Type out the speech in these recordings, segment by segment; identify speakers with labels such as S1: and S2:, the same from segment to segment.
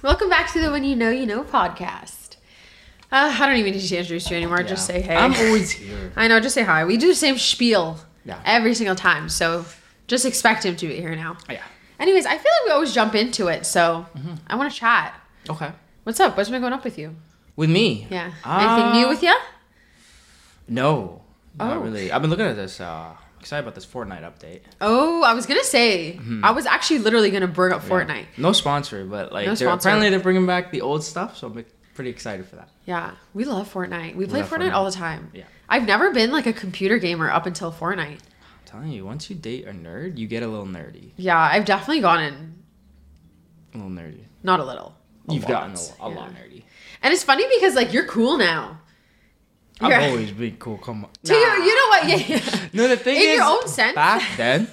S1: Welcome back to the When You Know You Know podcast. Uh, I don't even need to introduce you anymore. Just
S2: Yeah.
S1: say hey.
S2: I'm always here.
S1: I know. Just say hi. We do the same spiel
S2: Yeah.
S1: every single time, so just expect him to be here now.
S2: Yeah.
S1: Anyways, I feel like we always jump into it, so
S2: Mm-hmm.
S1: I want to chat.
S2: Okay.
S1: What's up? What's been going up with you?
S2: With me?
S1: Yeah.
S2: Uh,
S1: Anything new with you?
S2: No.
S1: Oh.
S2: Not really. I've been looking at this. Uh, excited about this Fortnite update.
S1: Oh, I was gonna say.
S2: Mm-hmm.
S1: I was actually literally gonna bring up Fortnite.
S2: No sponsor, but like
S1: No
S2: they're,
S1: sponsor.
S2: apparently they're bringing back the old stuff, so I'm like, pretty excited for that.
S1: Yeah, we love Fortnite. We play
S2: love
S1: Fortnite,
S2: Fortnite.
S1: all the time.
S2: Yeah.
S1: I've never been like a computer gamer up until Fortnite.
S2: I'm telling you, once you date a nerd, you get a little nerdy.
S1: Yeah, I've definitely gone in
S2: A little nerdy.
S1: not a little. a
S2: You've
S1: lot.
S2: gotten a, a lot
S1: Yeah.
S2: nerdy.
S1: And it's funny because like you're cool now. You're-
S2: I've always been cool. Come on.
S1: To your- you know what? Yeah, yeah.
S2: No, the thing
S1: In
S2: is,
S1: your own sense.
S2: back then,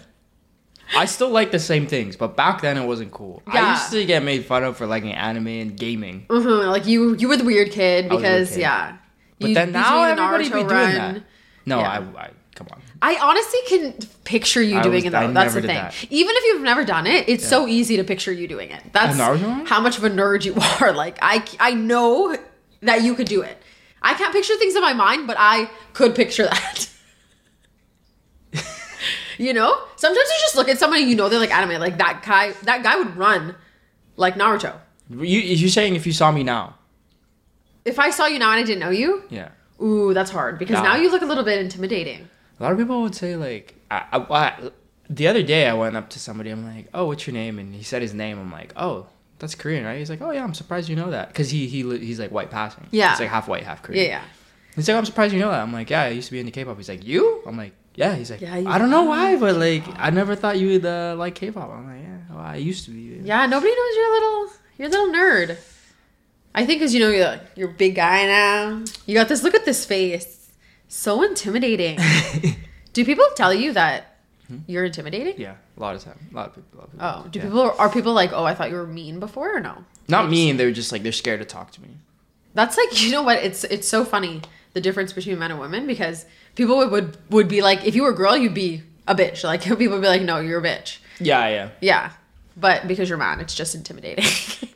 S2: I still like the same things, but back then it wasn't cool.
S1: Yeah.
S2: I used to get made fun of for liking anime and gaming.
S1: Mhm, Like you, you were the weird kid
S2: was the weird
S1: because
S2: kid.
S1: yeah.
S2: But
S1: You-
S2: then
S1: you
S2: now
S1: doing the
S2: everybody be
S1: Naruto
S2: doing
S1: run.
S2: that. No,
S1: Yeah.
S2: I, I, come on.
S1: I honestly can picture you
S2: I
S1: doing
S2: was-
S1: it though.
S2: I
S1: That's
S2: never
S1: the
S2: did
S1: thing.
S2: that.
S1: Even if you've never done it, it's so easy to picture you doing it. That's
S2: I've never done it.
S1: how much of a nerd you are. Like I, I know that you could do it. I can't picture things in my mind, but I could picture that. you know, sometimes you just look at somebody you know they're like anime, like that guy. That guy would run like Naruto.
S2: You, you're saying if you saw me now,
S1: If I saw you now and I didn't know you,
S2: yeah.
S1: ooh, that's hard because
S2: Nah.
S1: now you look a little bit intimidating.
S2: A lot of people would say like, I, I, I- the other day I went up to somebody. I'm like, oh, what's your name? And he said his name. I'm like, oh, that's Korean, right? He's like, oh yeah, I'm surprised you know that because he, he li- he's like white passing.
S1: Yeah.
S2: he's like half white, half
S1: Yeah,
S2: Korean.
S1: yeah.
S2: He's like, I'm surprised you know that. I'm like, yeah, I used to be into K-pop. He's like, you? I'm like, yeah. He's like,
S1: Yeah, you
S2: I don't know why, but like, I never thought you would uh, like K-pop. I'm like, yeah, well, I used to be.
S1: Yeah, nobody knows you're a little you're a little nerd. I think because you know you're like, you're a big guy now. You got this. Look at this face. So intimidating. do people tell you that you're intimidating?
S2: Hmm? yeah, a lot of time, a lot of people. A lot of people.
S1: Oh, do
S2: Yeah.
S1: people are people like, oh, I thought you were mean before or no?
S2: Not mean. They were just like they're scared to talk to me.
S1: That's like you know what? It's it's so funny the difference between men and women because people would would, would be like, if you were a girl, you'd be a bitch. Like people would be like, no, you're a bitch.
S2: Yeah, yeah.
S1: Yeah, but because you're a man, it's just intimidating.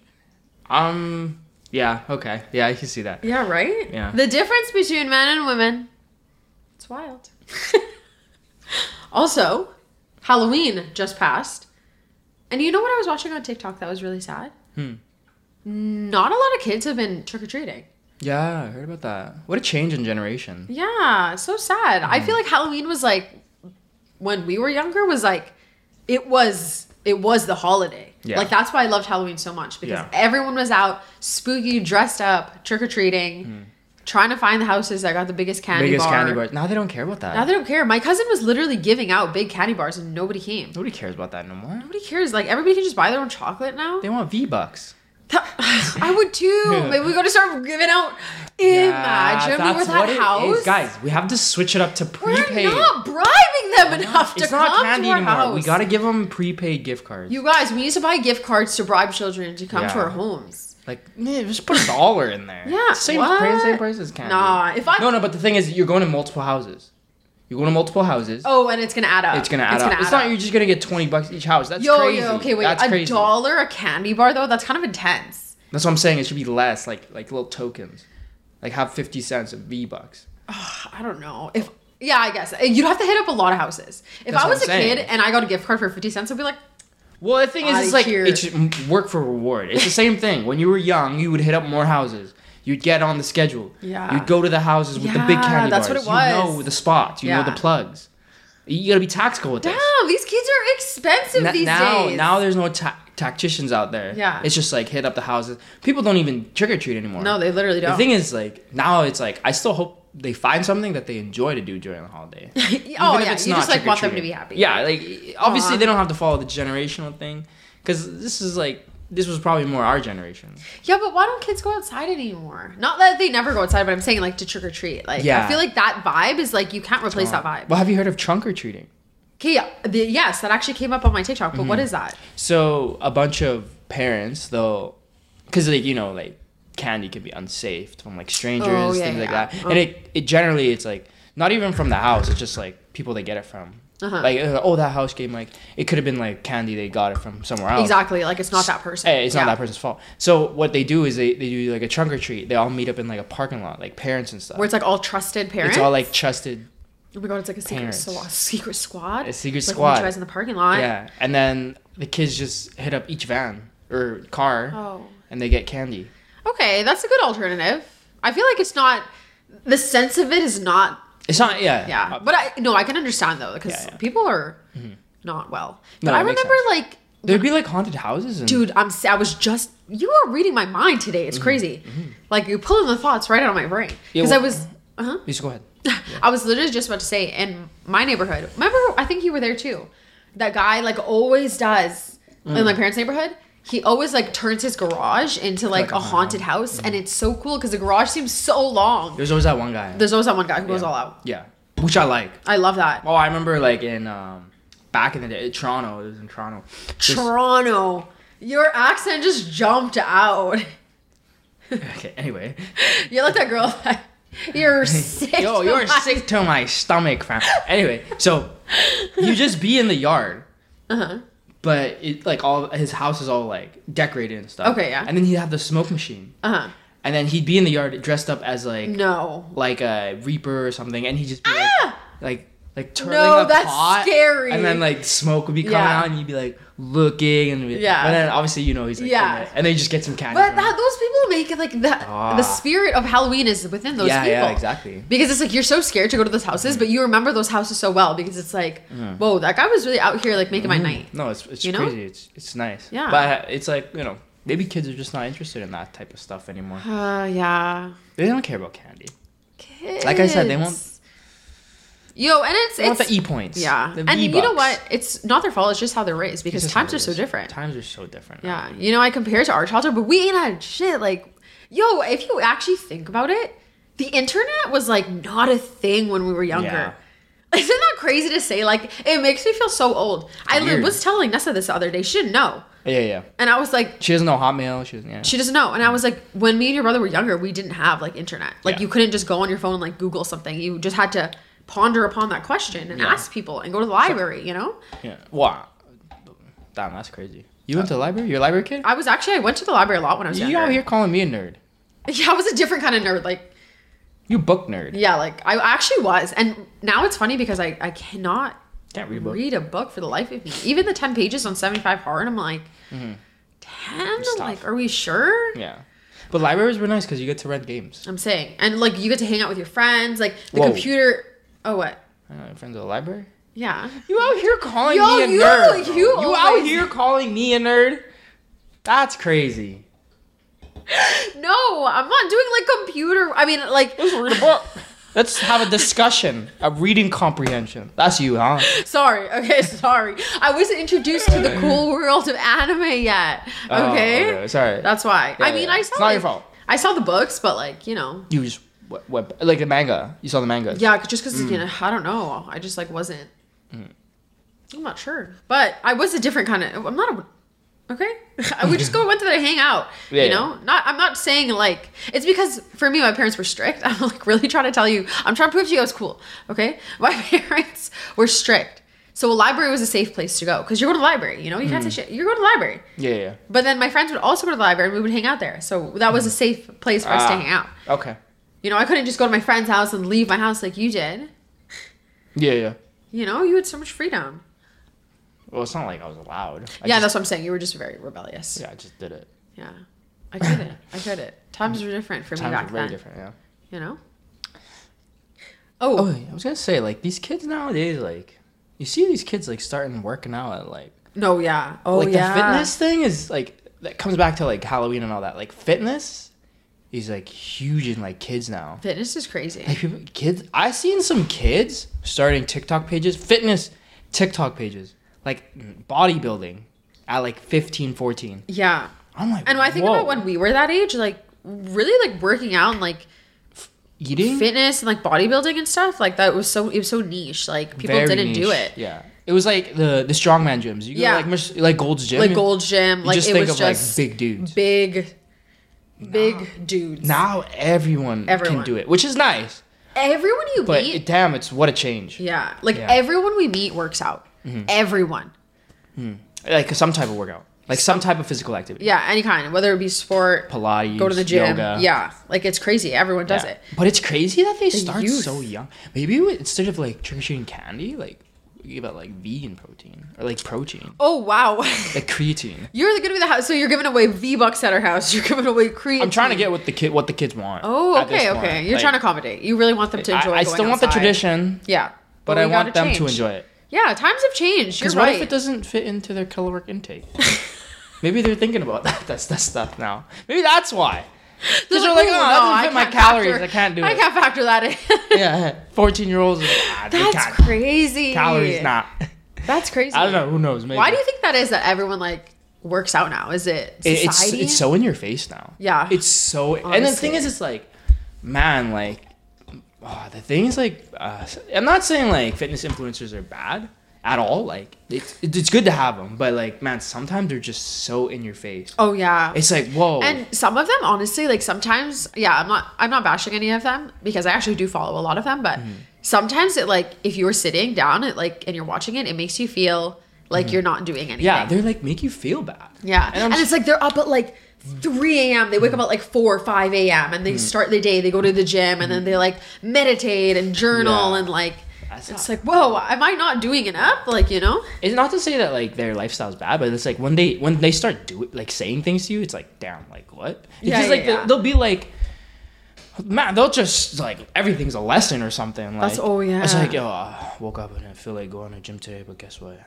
S2: Um. Yeah. Okay. Yeah, I can see that.
S1: Yeah, right?
S2: Yeah.
S1: The difference between men and women. It's wild. also, Halloween just passed. And you know what I was watching on TikTok that was really sad?
S2: Hmm.
S1: Not a lot of kids have been trick or treating.
S2: Yeah, I heard about that. What a change in generation.
S1: Yeah, so sad. I
S2: Mm.
S1: feel like Halloween was like when we were younger was like it was it was the holiday.
S2: Yeah.
S1: Like that's why I loved Halloween so much because
S2: Yeah.
S1: everyone was out spooky, dressed up, trick or treating, trying to find the houses that got the biggest candy
S2: Mm. Biggest
S1: bar.
S2: candy bars. Now they don't care about that.
S1: Now they don't care. My cousin was literally giving out big candy bars and nobody came.
S2: Nobody cares about that no more.
S1: Nobody cares. Like everybody can just buy their own chocolate now.
S2: They want V bucks.
S1: I would too. Maybe we gotta start giving out. Imagine we were that house.
S2: guys. We have to switch it up to
S1: We're
S2: prepaid.
S1: not bribing them enough to
S2: it's
S1: come
S2: not candy
S1: to our
S2: anymore.
S1: house.
S2: We gotta give them prepaid gift cards.
S1: you guys, we used to buy gift cards to bribe children to come to
S2: Yeah.
S1: our homes.
S2: like, meh, just put a dollar in there.
S1: Yeah,
S2: same
S1: what?
S2: price, same price as candy.
S1: Nah, if I
S2: No, no. But the thing is, you're going to multiple houses. You're going to multiple houses.
S1: oh, and it's gonna add up.
S2: It's gonna add up. it's not you're just gonna get twenty bucks each house. That's
S1: yo,
S2: crazy.
S1: yo, okay, wait,
S2: That's
S1: a
S2: crazy.
S1: dollar a candy bar though. That's kind of intense.
S2: That's what I'm saying. It should be less, like like little tokens, like have fifty cents of V bucks.
S1: I don't know if. Yeah, I guess Eh, you'd have to hit up a lot of houses. If
S2: That's
S1: I
S2: what
S1: was a
S2: I'm saying.
S1: kid and I got a gift card for fifty cents, I'd be like,
S2: Well, the thing is,
S1: Outta
S2: it's like
S1: here.
S2: it's just work for reward. It's the same thing. When you were young, you would hit up more houses. You'd get on the schedule.
S1: Yeah.
S2: You'd go to the houses with the big
S1: Yeah,
S2: candy
S1: that's what
S2: bars.
S1: it was.
S2: You know the spots. You know
S1: Yeah.
S2: the plugs. You gotta be tactical with this.
S1: "Damn, these kids are expensive
S2: N-
S1: these
S2: now,
S1: days."
S2: now there's no ta- tacticians out there.
S1: Yeah.
S2: It's just like hit up the houses. People don't even trick or treat anymore.
S1: no, they literally don't.
S2: The thing is, like now it's like I still hope they find something that they enjoy to do during the holiday. oh
S1: oh yeah, you just like want them to be happy.
S2: Yeah, like obviously
S1: Aw.
S2: they don't have to follow the generational thing because this is like this was probably more our generation.
S1: Yeah, but why don't kids go outside anymore? Not that they never go outside, but I'm saying like to trick or treat. Like I
S2: Yeah.
S1: feel like that vibe is like you can't replace that vibe.
S2: Well, have you heard of trunk or treating?
S1: Okay, yeah, the, yes, that actually came up on my TikTok. But
S2: Mm-hmm.
S1: what is that?
S2: So a bunch of parents, though, because like you know, like candy can be unsafe from like strangers,
S1: Oh, yeah,
S2: things like
S1: yeah.
S2: that,
S1: Oh.
S2: and it it generally it's like not even from the house. It's just like people they get it from.
S1: Uh-huh.
S2: Like, uh, oh, that house game, like, it could have been like candy they got it from somewhere else.
S1: Exactly. Like it's not that person.
S2: Oh. Hey, it's
S1: Yeah.
S2: not that person's fault. So what they do is they, they do like a trunk or treat. They all meet up in like a parking lot, like parents and stuff.
S1: Where it's like all trusted parents.
S2: It's all like trusted.
S1: oh my god, it's like a secret,
S2: parents.
S1: squad. secret squad.
S2: A secret
S1: It's like
S2: squad.
S1: Like guys in the parking lot.
S2: Yeah. And then the kids just hit up each van or car
S1: Oh.
S2: and they get candy.
S1: Okay, that's a good alternative. I feel like it's not. The sense of it is not.
S2: It's not, yeah.
S1: Yeah,
S2: Uh,
S1: but I no, I can understand though because
S2: Yeah, yeah.
S1: people are not well. But
S2: No,
S1: I
S2: it makes
S1: remember like
S2: There'd be like haunted houses and
S1: dude i'm s- i was just you are reading my mind today it's crazy like you're pulling the thoughts right out of my brain
S2: Mm-hmm. Yeah,
S1: because i
S2: well-
S1: was uh-huh.
S2: You just go ahead.
S1: i was literally just about to say in my neighborhood remember i think you were there too that guy like always does in
S2: Mm.
S1: my parents neighborhood he always like turns his garage into like,
S2: Like uh-huh.
S1: a
S2: Mm-hmm. a
S1: haunted house and it's so cool because the garage seems so long
S2: There's always that one guy.
S1: there's always that one guy who goes
S2: Yeah.
S1: all out
S2: Yeah. Which I like.
S1: i love that
S2: Oh, I remember like in um back in the day, Toronto. It was in Toronto. There's-
S1: toronto your accent just jumped out
S2: okay. Anyway.
S1: you're like that girl that you're sick
S2: Yo,
S1: to
S2: you're
S1: my
S2: sick to my stomach, fam. Anyway, so you just be in the yard,
S1: Uh-huh.
S2: but it like all his house is all like decorated and stuff.
S1: Okay, yeah.
S2: And then he'd have the smoke machine,
S1: Uh-huh.
S2: and then he'd be in the yard dressed up as like
S1: No.
S2: like a reaper or something, and he'd just be like,
S1: Mm. Ah!
S2: like like twirling
S1: No,
S2: a
S1: that's
S2: pot,
S1: scary.
S2: and then like smoke would be coming
S1: Yeah.
S2: out, and you'd be like looking, and be,
S1: Yeah.
S2: But then obviously you know he's like,
S1: Yeah.
S2: in it. and then you just get some candy.
S1: But
S2: from
S1: that,
S2: him.
S1: those people make it like that.
S2: Ah.
S1: The spirit of Halloween is within those
S2: yeah,
S1: people.
S2: yeah, exactly.
S1: Because it's like you're so scared to go to those houses, but you remember those houses so well because it's like,
S2: Mm.
S1: whoa, that guy was really out here like making my night.
S2: No, it's it's
S1: You know?
S2: crazy. It's it's nice.
S1: Yeah.
S2: But uh, it's like you know maybe kids are just not interested in that type of stuff anymore.
S1: Uh, yeah.
S2: They don't care about candy.
S1: Kids.
S2: Like I said, they won't-
S1: Yo, and it's
S2: They want
S1: it's
S2: the e points.
S1: yeah,
S2: The
S1: and you know
S2: V-Bucks.
S1: what? It's not their fault. It's just how they're raised
S2: It's
S1: because
S2: just
S1: times
S2: how
S1: are
S2: it
S1: so
S2: is.
S1: different.
S2: Times are so different. now.
S1: Yeah, you know, I compare it to our childhood, but we ain't had shit. Like, yo, if you actually think about it, the internet was like not a thing when we were younger.
S2: Yeah.
S1: Isn't that crazy to say? Like, it makes me feel so old. I li-
S2: Weird.
S1: was telling Nessa this the other day. She didn't know,
S2: Yeah, yeah.
S1: and I was like,
S2: She doesn't know Hotmail. She doesn't. Yeah.
S1: she doesn't know. And I was like, when me and your brother were younger, we didn't have like internet. Like,
S2: Yeah.
S1: you couldn't just go on your phone and like Google something. You just had to ponder upon that question and
S2: Yeah.
S1: ask people and go to the library. You know,
S2: yeah. Wow. Damn, that's crazy. You went to the library. You're a library kid.
S1: I was actually I went to the library a lot when I was
S2: you
S1: younger.
S2: out here calling me a nerd?
S1: Yeah, I was a different kind of nerd. Like.
S2: You book nerd.
S1: Yeah, like I actually was. And now it's funny because I, I cannot
S2: Can't read a book.
S1: read a book for the life of me. Even the 10 pages on 75 hard, I'm like, 10?
S2: It's tough.
S1: Like, are we sure?
S2: Mm-hmm. Yeah. But libraries were nice because you get to rent games.
S1: I'm saying. And like, you get to hang out with your friends. Like, the
S2: Whoa.
S1: computer. Oh, what?
S2: I don't know, your friends at the library.
S1: Yeah.
S2: You out here calling
S1: Yo,
S2: me a
S1: you-
S2: nerd.
S1: you
S2: bro. you out
S1: always-
S2: here calling me a nerd? That's crazy.
S1: No, I'm not doing like computer. I mean, like,
S2: Let's read a book. Let's have a discussion. A reading comprehension. That's you, huh?
S1: sorry. Okay, sorry. I wasn't introduced to the cool world of anime yet.
S2: Oh,
S1: Okay.
S2: It's all right.
S1: That's why. I
S2: Yeah,
S1: mean,
S2: yeah.
S1: I
S2: It's
S1: saw.
S2: not your
S1: like-
S2: fault.
S1: I saw the books, but like, you know.
S2: you just what, what like the manga. You saw the manga.
S1: Yeah, 'cause- just because
S2: Mm.
S1: you know, I don't know. I just like wasn't. I'm not sure, but I was a different kind of. I'm not a. Okay, we just go went there to hang out.
S2: Yeah,
S1: you
S2: yeah.
S1: know, not. I'm not saying like it's because for me my parents were strict. I'm like really trying to tell you. I'm trying to prove to you I was cool. Okay, my parents were strict, so a library was a safe place to go because you're going to the library. You know, you can't
S2: Mm.
S1: say shit. You're going to the library.
S2: Yeah, yeah.
S1: But then my friends would also go to the library and we would hang out there. So that was a safe place for us to
S2: Mm. Ah.
S1: hang out.
S2: Okay.
S1: You know, I couldn't just go to my friend's house and leave my house like you did.
S2: Yeah, yeah.
S1: You know, you had so much freedom.
S2: Well, it's not like I was allowed. I
S1: yeah,
S2: just,
S1: that's what I'm saying. You were just very rebellious. Yeah.
S2: yeah, I just did it.
S1: I couldn't. I couldn't. Times were different for me
S2: Times
S1: back
S2: are very
S1: then.
S2: different. Yeah.
S1: You know? Oh,
S2: Oh, I was gonna say like these kids nowadays like you see these kids like starting working out at like
S1: no, yeah. Oh,
S2: like
S1: yeah.
S2: the fitness thing is like that comes back to like Halloween and all that. Like fitness is like huge in like kids now.
S1: Fitness is crazy.
S2: Like people, kids, I seen some kids starting TikTok pages, fitness TikTok pages, like bodybuilding at like 15, 14.
S1: Yeah.
S2: I'm like,
S1: And when I think
S2: whoa,
S1: about when we were that age, like really like working out and like
S2: eating
S1: fitness and like bodybuilding and stuff, like that was so it was so niche. Like people
S2: Very
S1: didn't do
S2: niche.
S1: it.
S2: Yeah, it was like the the strongman gyms. You go
S1: Yeah.
S2: yeah. like mis- like Gold's Gym,
S1: Like Gold Gym,
S2: You
S1: like
S2: just
S1: it
S2: think
S1: was
S2: of
S1: just
S2: like big dudes.
S1: big, big dudes.
S2: Now everyone,
S1: Everyone.
S2: can do it, which is nice.
S1: everyone you
S2: But
S1: meet,
S2: it- damn, it's what a change.
S1: yeah, like
S2: Yeah. Mm-hmm.
S1: everyone we meet works out. Everyone,
S2: Like some type of workout, like some type of physical activity.
S1: yeah, any kind, whether it be sport,
S2: Pilates,
S1: go to the gym,
S2: yoga.
S1: yeah, like it's crazy. Everyone does
S2: Yeah.
S1: it.
S2: But it's crazy that they start
S1: youth.
S2: so young. Maybe we- instead of like trick or treating candy, like we give out like vegan protein or like protein,
S1: Oh wow,
S2: like creatine.
S1: you're gonna be the house. So you're giving away V bucks at our house. You're giving away cream.
S2: I'm trying to get what the kid what the kids want.
S1: Oh,
S2: at this
S1: okay,
S2: point.
S1: okay. You're
S2: Like,
S1: trying to accommodate. You really want them to enjoy.
S2: I, I
S1: going
S2: still want the
S1: outside.
S2: tradition,
S1: Yeah,
S2: but
S1: we
S2: I want
S1: gotta
S2: them to
S1: change.
S2: enjoy it.
S1: Yeah, times have changed. You're
S2: Because what
S1: right.
S2: if it doesn't fit into their caloric intake? Maybe they're thinking about that. That's that stuff now. Maybe that's why.
S1: They're
S2: Because they're like,
S1: "Ooh,
S2: oh, that doesn't
S1: I
S2: fit my
S1: can't
S2: calories.
S1: factor-
S2: I can't do
S1: I
S2: it."
S1: can't factor that in.
S2: Yeah, fourteen year olds. Ah, they
S1: That's
S2: can't-
S1: crazy.
S2: Calories not.
S1: That's crazy.
S2: I don't know. Who knows? Maybe.
S1: Why do you think that is that everyone like works out now? Is it
S2: It-
S1: society?
S2: it's it's so in your face now.
S1: Yeah.
S2: It's so and the
S1: Honestly.
S2: thing is, it's like, man, like, oh, the thing is, like, uh, I'm not saying like fitness influencers are bad at all. Like, it's it's good to have them, but like, man, sometimes they're just so in your face.
S1: oh yeah.
S2: It's like whoa.
S1: and some of them honestly like sometimes yeah i'm not i'm not bashing any of them because i actually do follow a lot of them but
S2: Mm-hmm.
S1: sometimes it like if you're sitting down it like and you're watching it it makes you feel like you're not doing anything
S2: Mm-hmm. yeah, they're like make you feel bad.
S1: Yeah.
S2: and, I'm Mm-hmm.
S1: And,
S2: just-
S1: it's like they're up at like 3 a.m. They wake up at like 4 or 5 a.m. and they
S2: Mm-hmm.
S1: start the day. They go to the gym and then they like meditate and journal
S2: Yeah.
S1: and like,
S2: That's
S1: it's
S2: not-
S1: like, whoa, am I not doing enough? Like, you know?
S2: it's not to say that like their lifestyle's bad, but it's like when they when they start doing like saying things to you, it's like damn, like what? It's
S1: Yeah,
S2: just
S1: yeah,
S2: like they'll-
S1: yeah.
S2: They'll, be like, man, they'll just like everything's a lesson or something. Like,
S1: That's- oh, yeah.
S2: It's like yo, I woke up and I feel like going to the gym today, but guess what?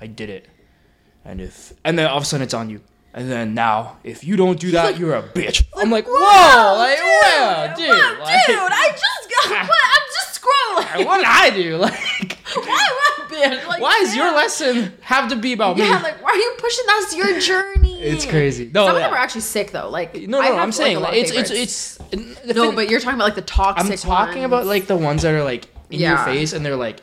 S2: I did it, and if and then all of a sudden it's on you. And then now, if you don't do that, you're a bitch. I'm like, whoa, like, wow, dude,
S1: wow,
S2: like,
S1: dude, I just got, what? I'm just scrolling.
S2: what did I do? Like,
S1: why, what, bitch? Like,
S2: why is your
S1: damn.
S2: lesson have to be about me?
S1: Oh, Yeah, like, why are you pushing that? It's your journey.
S2: It's crazy. No,
S1: Some of
S2: yeah.
S1: them are actually sick, though. Like,
S2: No,
S1: I
S2: no,
S1: have,
S2: I'm
S1: like, a
S2: saying
S1: lot
S2: like,
S1: of
S2: it's, it's
S1: favorites.
S2: it's the
S1: No,
S2: thing-
S1: but you're talking about like the toxic
S2: I'm talking
S1: ones.
S2: about like the ones that are like in
S1: Yeah.
S2: your face and they're like,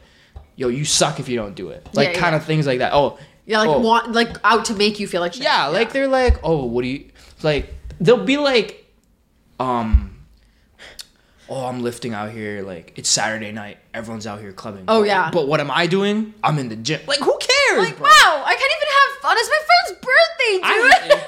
S2: yo, you suck if you don't do it, like
S1: Yeah,
S2: kind of
S1: yeah.
S2: things like that. Oh,
S1: Yeah, like
S2: oh.
S1: want like out to make you feel like shit.
S2: yeah, like they're like, oh, what do you like? They'll be like, um, oh, I'm lifting out here. Like it's Saturday night, everyone's out here clubbing.
S1: Oh,
S2: But-
S1: yeah.
S2: but what am I doing? I'm in the gym. Like who cares,
S1: Like,
S2: bro?
S1: wow, I can't even have fun. It's my friend's birthday,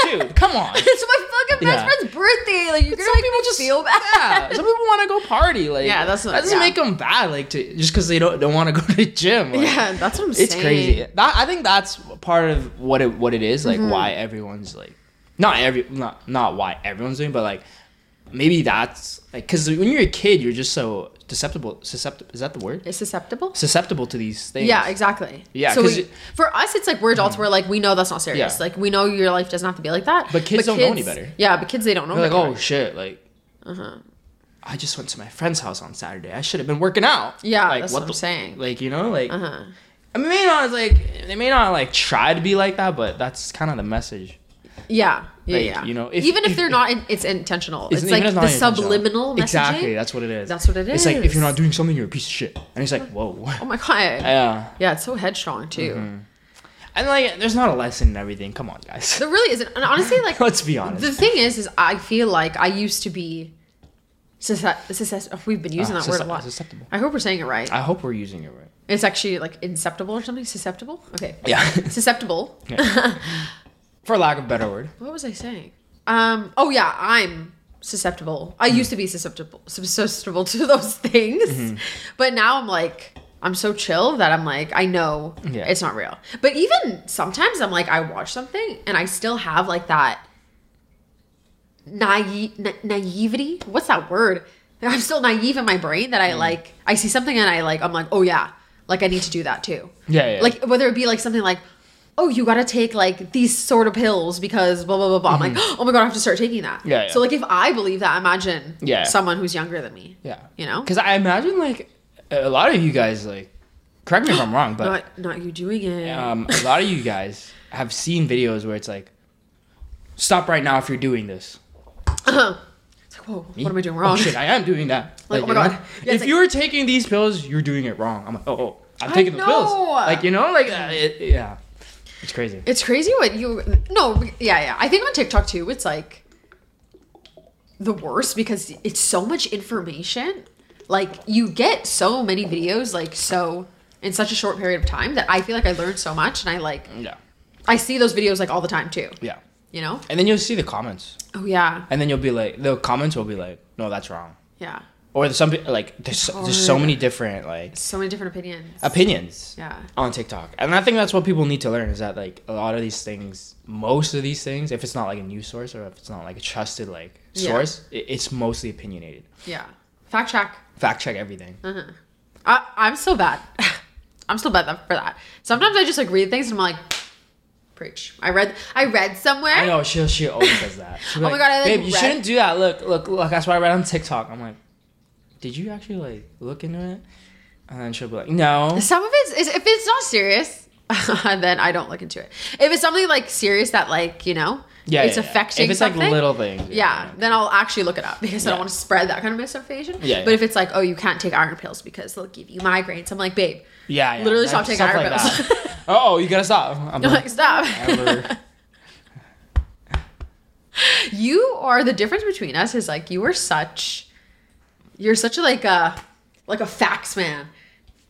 S1: dude.
S2: I, dude, come on.
S1: it's my fucking best
S2: Yeah.
S1: friend's birthday. Like you're gonna make people just feel bad.
S2: Yeah, some people want to go party. Like
S1: Yeah, that's what-
S2: that doesn't
S1: yeah.
S2: make them bad. Like to, just because they don't don't want to go to the gym. like,
S1: Yeah, that's what I'm saying.
S2: it's crazy. That, I think that's part of what it what it is.
S1: Mm-hmm.
S2: Like why everyone's like, not every not not why everyone's doing, but like maybe that's like because when you're a kid, you're just so susceptible. Susceptible is that the word?
S1: It's susceptible.
S2: Susceptible to these things.
S1: Yeah, exactly.
S2: Yeah,
S1: So
S2: 'cause
S1: we,
S2: it-
S1: for us, it's like we're adults. We're like we know that's not serious.
S2: Yeah.
S1: Like we know your life doesn't have to be like that.
S2: But kids don't know any better.
S1: Yeah, but kids they don't know.
S2: They're like,
S1: better.
S2: oh shit, like.
S1: Uh-huh.
S2: I just went to my friend's house on Saturday. I should have been working out.
S1: Yeah,
S2: like,
S1: that's what I'm saying.
S2: Like you know, like
S1: Uh-huh.
S2: I mean, may not like they may not like try to be like that, but that's kind of the message.
S1: Yeah, yeah,
S2: Like,
S1: yeah.
S2: you know, if-
S1: even if,
S2: if-
S1: they're not, in, it's intentional. It's,
S2: Isn't-
S1: like
S2: even if
S1: the
S2: not intentional.
S1: subliminal messaging.
S2: Exactly, that's what it is.
S1: That's what it
S2: It's like if
S1: is.
S2: you're not doing something, you're a piece of shit. And it's like, whoa.
S1: Oh my god.
S2: Yeah,
S1: Yeah, it's so headstrong too.
S2: Mm-hmm. and like, there's not a lesson in everything. Come on, guys.
S1: There really isn't. And honestly, like
S2: Let's be honest.
S1: The thing is, is I feel like I used to be. Success, oh, we've been using
S2: Ah,
S1: that word a
S2: suscep-
S1: lot.
S2: susceptible.
S1: I hope we're saying it right.
S2: I hope we're using it right.
S1: It's actually like inceptible or something. Susceptible. Okay.
S2: Yeah,
S1: Susceptible.
S2: for lack of a better word.
S1: What was I saying? Um. Oh yeah, I'm susceptible. I used to be susceptible, susceptible to those things, but now I'm like, I'm so chill that I'm like, I know
S2: Yeah.
S1: it's not real. But even sometimes I'm like, I watch something and I still have like that naive na- naivety. What's that word? I'm still naive in my brain that I like. I see something and I like. I'm like, oh yeah, like I need to do that too
S2: Yeah, yeah.
S1: like whether it be like something like oh you gotta take like these sort of pills because blah blah blah blah i'm like oh my god i have to start taking that
S2: Mm-hmm. Yeah, yeah.
S1: so like if i believe that imagine
S2: Yeah.
S1: someone who's younger than me
S2: yeah,
S1: you know
S2: Because I imagine like a lot of you guys like, correct me if I'm wrong, but
S1: not not you doing it
S2: um, a lot of you guys have seen videos where it's like, stop right now if you're doing this.
S1: it's like whoa what am i doing wrong
S2: Oh, shit, I am doing that.
S1: Like, oh my
S2: you know,
S1: God. Yeah, it's
S2: if
S1: like-
S2: you were taking these pills, you're doing it wrong. I'm like, oh, oh I'm
S1: I
S2: taking the pills.
S1: know.
S2: Like, you know, like, uh, it, yeah. It's crazy.
S1: it's crazy what you no yeah yeah i think on tiktok too it's like the worst because it's so much information like you get so many videos like so in such a short period of time that I feel like I learned so much and I like
S2: Yeah.
S1: I see those videos like all the time too.
S2: Yeah.
S1: You know?
S2: And then you'll see the comments.
S1: Oh yeah.
S2: And then you'll be like, the comments will be like, no, that's wrong.
S1: Yeah.
S2: Or there's some pe- like there's so, there's so
S1: hard.
S2: many different like
S1: So many different opinions.
S2: opinions
S1: Yeah.
S2: on TikTok, and I think that's what people need to learn is that like a lot of these things, most of these things, if it's not like a news source or if it's not like a trusted like
S1: Yeah.
S2: source, i it's mostly opinionated.
S1: Yeah. Fact check. Uh-huh.
S2: Fact check everything.
S1: I, I'm so bad. I'm still bad that- for that. Sometimes I just like read things and I'm like, preach. I read I read somewhere.
S2: I know she she always does that. She'll be
S1: Oh my God, I, like,
S2: babe, you
S1: read-
S2: shouldn't do that. Look, look, look. That's what I read on TikTok. I'm like, did you actually like look into it? And then she'll be like, no.
S1: Some of it's is- if it's not serious, then I don't look into it. If it's something like serious that like you know,
S2: Yeah,
S1: it's
S2: yeah, yeah.
S1: affecting
S2: If it's
S1: something.
S2: like little things.
S1: yeah, then I'll actually look it up because I
S2: Yeah.
S1: don't want to spread that kind of misinformation.
S2: Yeah, yeah.
S1: But if it's like, oh, you can't take iron pills because they'll give you migraines, I'm like, babe,
S2: Yeah, yeah.
S1: Literally
S2: Like,
S1: stop taking
S2: stuff
S1: iron
S2: that.
S1: pills.
S2: oh, you gotta stop. I'm
S1: I'm
S2: like,
S1: like, stop.
S2: ever.
S1: you are the difference between us is like you are such, you're such a, like a like a facts man.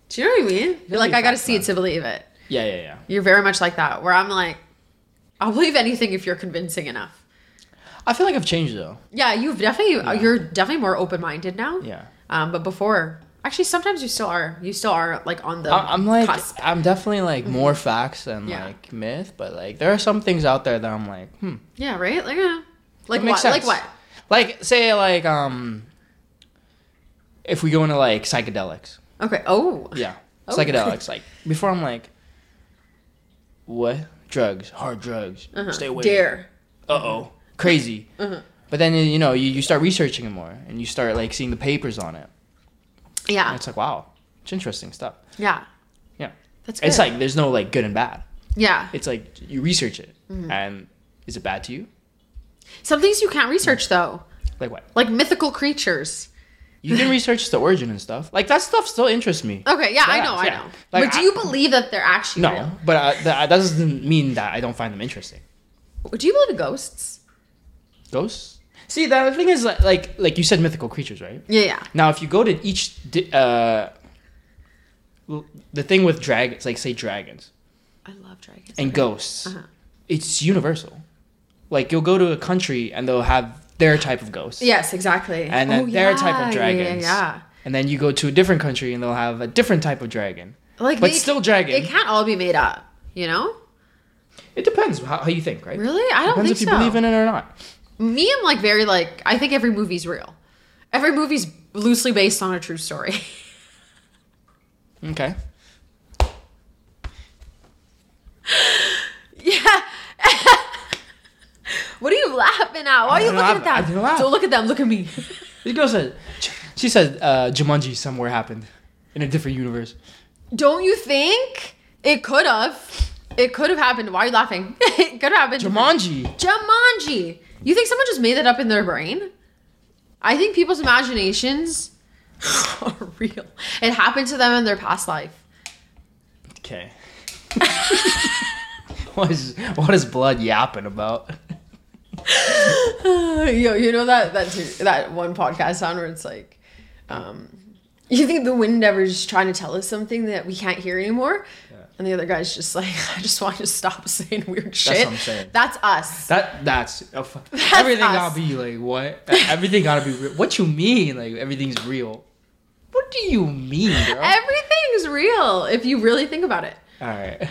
S1: Do you know what I mean? You're like,
S2: be a
S1: I gotta
S2: facts
S1: see it to believe it.
S2: yeah, yeah, yeah.
S1: You're very much like that. Where I'm like, I'll believe anything if you're convincing enough.
S2: I feel like I've changed though.
S1: Yeah, you've definitely you're definitely more open minded now.
S2: Yeah.
S1: Um, but before, actually, sometimes you still are. You still are like on the.
S2: I- I'm like,
S1: cusp. Mm-hmm.
S2: I'm definitely like more facts than
S1: Yeah.
S2: like myth, but like there are some things out there that I'm like, hmm,
S1: yeah, right. Like, yeah. like
S2: It makes
S1: what? Like
S2: sense.
S1: what?
S2: like say like um, if we go into like psychedelics,
S1: Okay. Oh.
S2: yeah,
S1: Oh.
S2: psychedelics. Like before, I'm like, what drugs, hard drugs,
S1: Uh-huh.
S2: stay away,
S1: Dare. Uh-huh.
S2: uh oh, crazy. But then you know you, you start researching it more, and you start like seeing the papers on it. And
S1: Yeah.
S2: it's like wow, it's interesting stuff.
S1: Yeah.
S2: Yeah,
S1: That's good.
S2: it's like there's no like good and bad.
S1: yeah.
S2: It's like you research it,
S1: Mm-hmm.
S2: and is it bad to you?
S1: Some things you can't research though,
S2: Like what?
S1: like mythical creatures.
S2: You can research the origin and stuff. Like that stuff still interests me.
S1: Okay. Yeah, I
S2: Yeah,
S1: know.
S2: yeah.
S1: I know.
S2: Like,
S1: but do
S2: I-
S1: you believe that they're actually
S2: No,
S1: real?
S2: but uh, that, that doesn't mean that I don't find them interesting.
S1: Do you believe in ghosts?
S2: Ghosts. See, the other thing is like, like like you said, mythical creatures, right?
S1: Yeah. Yeah.
S2: Now, if you go to each, di- uh, l- the thing with dragons, like say dragons
S1: I love dragons.
S2: and ghosts,
S1: Uh-huh.
S2: it's universal. Like you'll go to a country and they'll have their type of ghosts.
S1: Yes, exactly. Oh,
S2: And then their type
S1: yeah,
S2: of
S1: yeah,
S2: dragons.
S1: yeah.
S2: And then you go to a different country and they'll have a different type of dragon.
S1: like
S2: But
S1: they-
S2: still dragon.
S1: It can't all be made up, you know.
S2: It depends how, how you think, right?
S1: Really, I don't
S2: Depends
S1: think
S2: if you
S1: so.
S2: believe in it or not.
S1: Me, I'm like very like I think every movie's real. Every movie's loosely based on a true story.
S2: Okay.
S1: yeah. what are you laughing at? Why are you
S2: didn't
S1: looking at
S2: laugh. I
S1: that?
S2: didn't laugh.
S1: Don't look at them. Look at me.
S2: This girl said, she said, uh, Jumanji somewhere happened in a different universe.
S1: don't you think it could have? It could have happened. Why are you laughing? it could have happened.
S2: Jumanji.
S1: Jumanji. You think someone just made that up in their brain? I think people's imaginations are real. It happened to them in their past life.
S2: Okay. what is what is blood yapping about?
S1: Yo, you know that that that one podcast sound where it's like, um, you think the wind ever is trying to tell us something that we can't hear anymore, and the other guy's just like, I just want to stop saying weird shit.
S2: what I'm saying.
S1: That's us.
S2: That that's, oh, fu- everything
S1: us.
S2: gotta be like what? Everything gotta be real. What you mean? Like everything's real? What do you mean, girl?
S1: Everything's real if you really think about it.
S2: All right.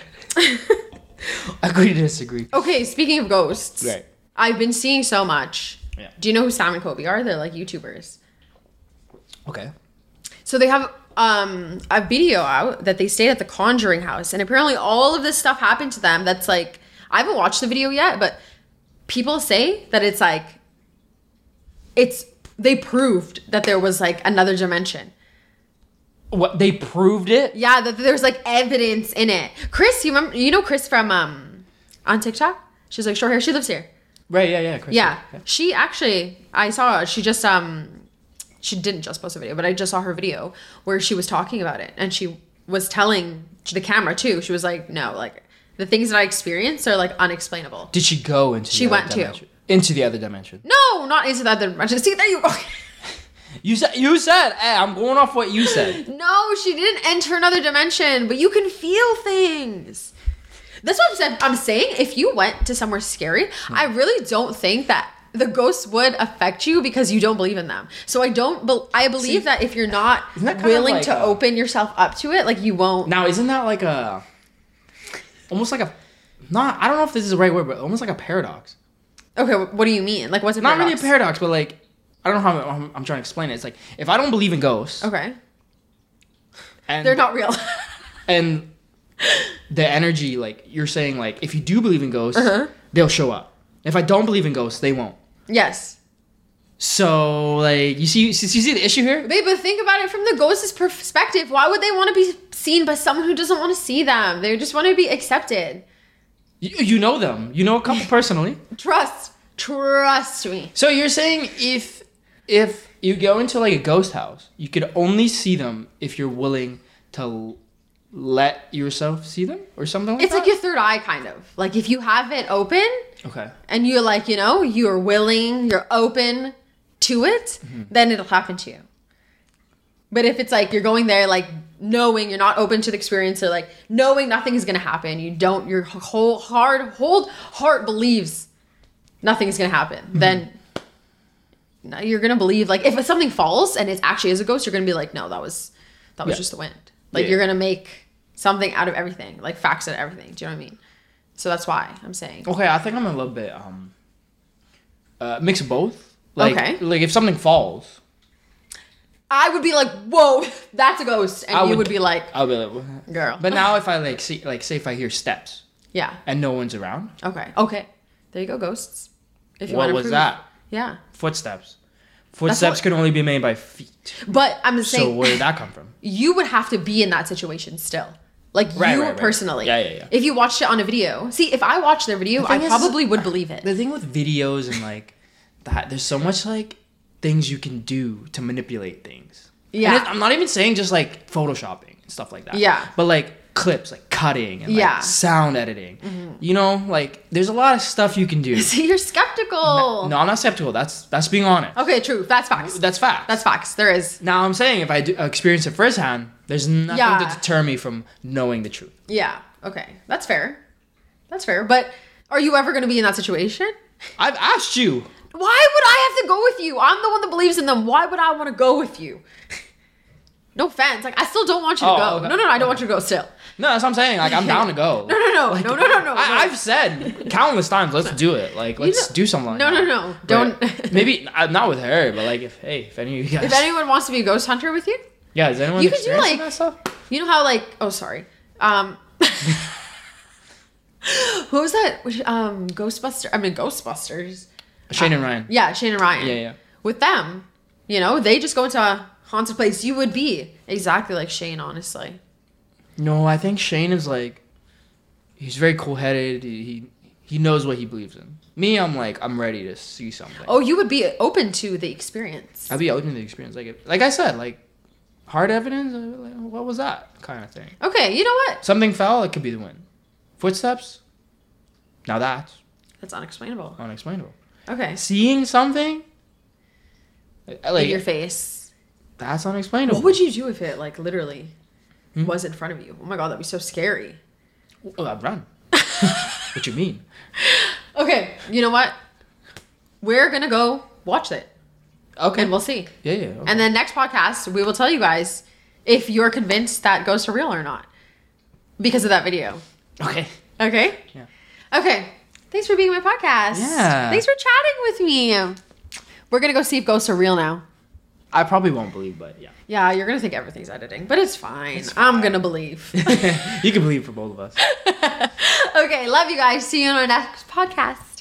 S2: Agree to disagree.
S1: Okay, speaking of ghosts,
S2: Right.
S1: I've been seeing so much.
S2: Yeah.
S1: Do you know who Sam and Kobe are? They're like YouTubers.
S2: Okay.
S1: So they have um, a video out that they stayed at the Conjuring house, and apparently all of this stuff happened to them. That's like I haven't watched the video yet, but people say that it's like it's they proved that there was like another dimension.
S2: What they proved it?
S1: Yeah, that there's like evidence in it. Chris, you remember? You know Chris from um on TikTok? She's like short hair. She lives here.
S2: Right? Yeah, yeah. Chris,
S1: Yeah. She actually I saw her, she just um she didn't just post a video, but I just saw her video where she was talking about it and she was telling the camera too. She was like, "No, like the things that I experienced are like unexplainable."
S2: Did she go into?
S1: She
S2: the other
S1: went to.
S2: dimension? into the other dimension.
S1: No, not into that dimension. See, there you go.
S2: You said you said. Hey, I'm going off what you said.
S1: No, she didn't enter another dimension, but you can feel things. That's what I'm saying. I'm saying if you went to somewhere scary, I
S2: Hmm.
S1: really don't think that the ghosts would affect you because you don't believe in them. So I don't. Be- I believe
S2: See,
S1: that if you're not
S2: isn't that kind of
S1: willing
S2: like
S1: to
S2: a-
S1: open yourself up to it, like you won't.
S2: Now, isn't that like a almost like a not? I don't know if this is the right word, but almost like a paradox.
S1: Okay, wh- what do you mean? Like, what's a
S2: Not really a
S1: paradox?
S2: paradox, but like I don't know how I'm, I'm trying to explain it. It's like if I don't believe in ghosts,
S1: Okay,
S2: and
S1: they're not real.
S2: and the energy like you're saying like if you do believe in ghosts
S1: Uh-huh.
S2: they'll show up if i don't believe in ghosts they won't
S1: yes,
S2: so like you see you see, you see the issue here
S1: babe. But think about it from the ghost's perspective. Why would they want to be seen by someone who doesn't want to see them? They just want to be accepted.
S2: you, you know them you know a couple personally
S1: Trust, trust me.
S2: so you're saying if if you go into like a ghost house you could only see them if you're willing to l- let yourself see them or something like
S1: It's
S2: that
S1: like your third eye, kind of. Like if you have it open
S2: okay
S1: and you're like, you know, you're willing, you're open to it,
S2: Mm-hmm.
S1: then it'll happen to you. But if it's like you're going there, like knowing you're not open to the experience, or like knowing nothing is gonna happen, you don't, your whole hard, whole heart believes nothing is gonna happen,
S2: Mm-hmm.
S1: then no, you're gonna believe like if something falls and it actually is a ghost, you're gonna be like, no, that was that was
S2: Yeah.
S1: just the wind. Like
S2: Yeah.
S1: you're gonna make something out of everything, like facts out of everything. Do you know what I mean? So that's why I'm saying.
S2: Okay, I think I'm a little bit um uh mix of both. Like
S1: Okay.
S2: like if something falls,
S1: I would be like, whoa, that's a ghost. And
S2: I
S1: you would,
S2: would-
S1: be like,
S2: I'll be like "What?"
S1: girl.
S2: But now if I like see like say if I hear steps
S1: yeah.
S2: and no one's around,
S1: Okay. Okay. There you go, ghosts. If
S2: what
S1: wanna
S2: was
S1: prove-
S2: that?
S1: Yeah.
S2: Footsteps. Footsteps
S1: what-
S2: can only be made by feet.
S1: But I'm
S2: So
S1: saying
S2: where did that come from?
S1: you would have to be in that situation still. Like
S2: Right,
S1: you
S2: right, right.
S1: personally.
S2: Yeah, yeah, yeah.
S1: If you watched it on a video. See, if I watched their video, I
S2: thing is-
S1: probably would believe it.
S2: The thing with videos and like that, there's so much like things you can do to manipulate things. And
S1: Yeah.
S2: it- I'm not even saying just like photoshopping and stuff like that.
S1: Yeah.
S2: But like clips, like cutting and
S1: Yeah. Mm-hmm.
S2: like sound editing. You know, like there's a lot of stuff you can do.
S1: See, you're skeptical.
S2: No, I'm not skeptical. That's that's being honest.
S1: Okay, true. That's facts.
S2: That's fact.
S1: That's facts. There is.
S2: now I'm saying if I do experience it firsthand, there's nothing
S1: Yeah.
S2: to deter me from knowing the truth.
S1: Yeah. Okay. That's fair. That's fair. But are you ever going to be in that situation?
S2: I've asked you.
S1: Why would I have to go with you? I'm the one that believes in them. Why would I want to go with you? no offense. Like, I still don't want you to
S2: Oh,
S1: go.
S2: okay.
S1: No, no, no. I don't want you to go still.
S2: No, that's what I'm saying. Like I'm down to go.
S1: No, no, no. no, no, no, no. Oh, no.
S2: I, I've said countless times, let's do it. Like let's
S1: know-
S2: do something. Like
S1: No, no,
S2: that.
S1: no.
S2: But
S1: Don't-
S2: maybe uh, not with her, but like if hey, if any of you guys,
S1: if anyone wants to be a ghost hunter with you,
S2: yeah, is anyone
S1: You could do,
S2: experiencing
S1: like-
S2: that stuff?
S1: you know how, like, oh, sorry. Um, who was that? Which, um, Ghostbuster. I mean, Ghostbusters.
S2: Shane and Ryan.
S1: Yeah, Shane and Ryan.
S2: Yeah, yeah.
S1: With them, you know, they just go into a haunted place. You would be exactly like Shane, honestly.
S2: No, I think Shane is like, he's very cool headed. He, he he knows what he believes in. Me, I'm like I'm ready to see something.
S1: Oh, you would be open to the experience.
S2: I'd be open to the experience. Like, if- like I said, like hard evidence. uh, Like, what was that kind of thing?
S1: Okay, you know what?
S2: Something fell. It could be the wind. Footsteps. Now that's
S1: That's unexplainable.
S2: unexplainable.
S1: Okay.
S2: Seeing something. uh,
S1: In your
S2: Like
S1: face.
S2: that's unexplainable.
S1: What would you do if it like literally
S2: Hmm?
S1: was in front of you? Oh my god, that'd be so scary.
S2: Oh, I'd run. what you mean?
S1: Okay, you know what? We're gonna go watch it
S2: Okay.
S1: and we'll see.
S2: yeah, yeah. okay.
S1: And then next podcast, we will tell you guys if you're convinced that ghosts are real or not because of that video.
S2: okay.
S1: Okay?
S2: Yeah.
S1: Okay. Thanks for being my podcast.
S2: Yeah.
S1: Thanks for chatting with me. We're gonna go see if ghosts are real now.
S2: I probably won't believe, but yeah.
S1: Yeah, you're gonna think everything's editing, but it's fine. I'm gonna believe.
S2: you can believe for both of us.
S1: okay, love you guys. See you on our next podcast.